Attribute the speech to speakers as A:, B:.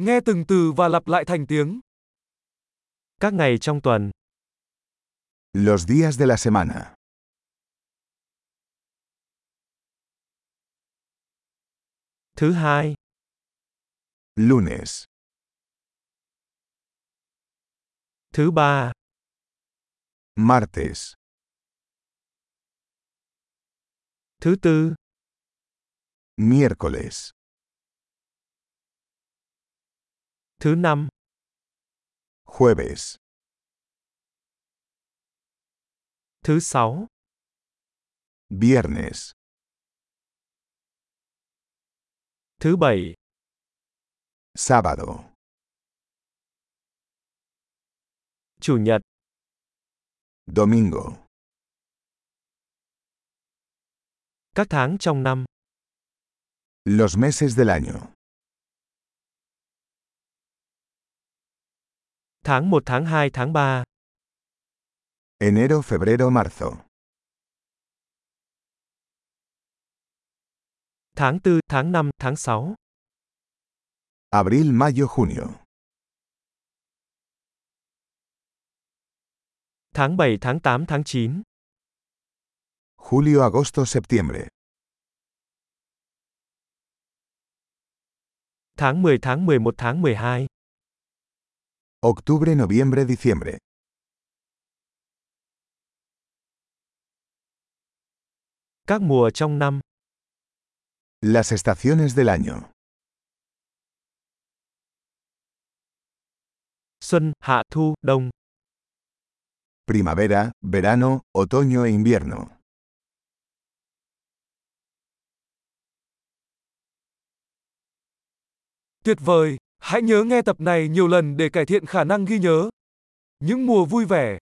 A: Nghe từng từ và lặp lại thành tiếng.
B: Các ngày trong tuần,
C: Los días de la semana.
B: thứ hai,
C: Lunes,
B: thứ ba,
C: martes,
B: thứ tư,
C: miércoles,
B: thứ năm,
C: jueves,
B: thứ sáu,
C: viernes,
B: thứ bảy,
C: sábado,
B: chủ nhật,
C: domingo.
B: các tháng trong năm,
C: Los meses del año.
B: tháng 1, tháng 2, tháng 3,
C: Enero, febrero, marzo.
B: tháng 4, tháng 5, tháng 6,
C: Abril, mayo, junio.
B: tháng 7, tháng 8, tháng 9,
C: Julio, agosto, septiembre.
B: tháng 10, tháng 11, tháng 12,
C: Octubre, noviembre, diciembre.
B: các mùa trong năm,
C: Las estaciones del año.
B: xuân, hạ, thu, đông,
C: Primavera, verano, otoño e invierno.
A: Tuyệt vời! Hãy nhớ nghe tập này nhiều lần để cải thiện khả năng ghi nhớ. Những mùa vui vẻ.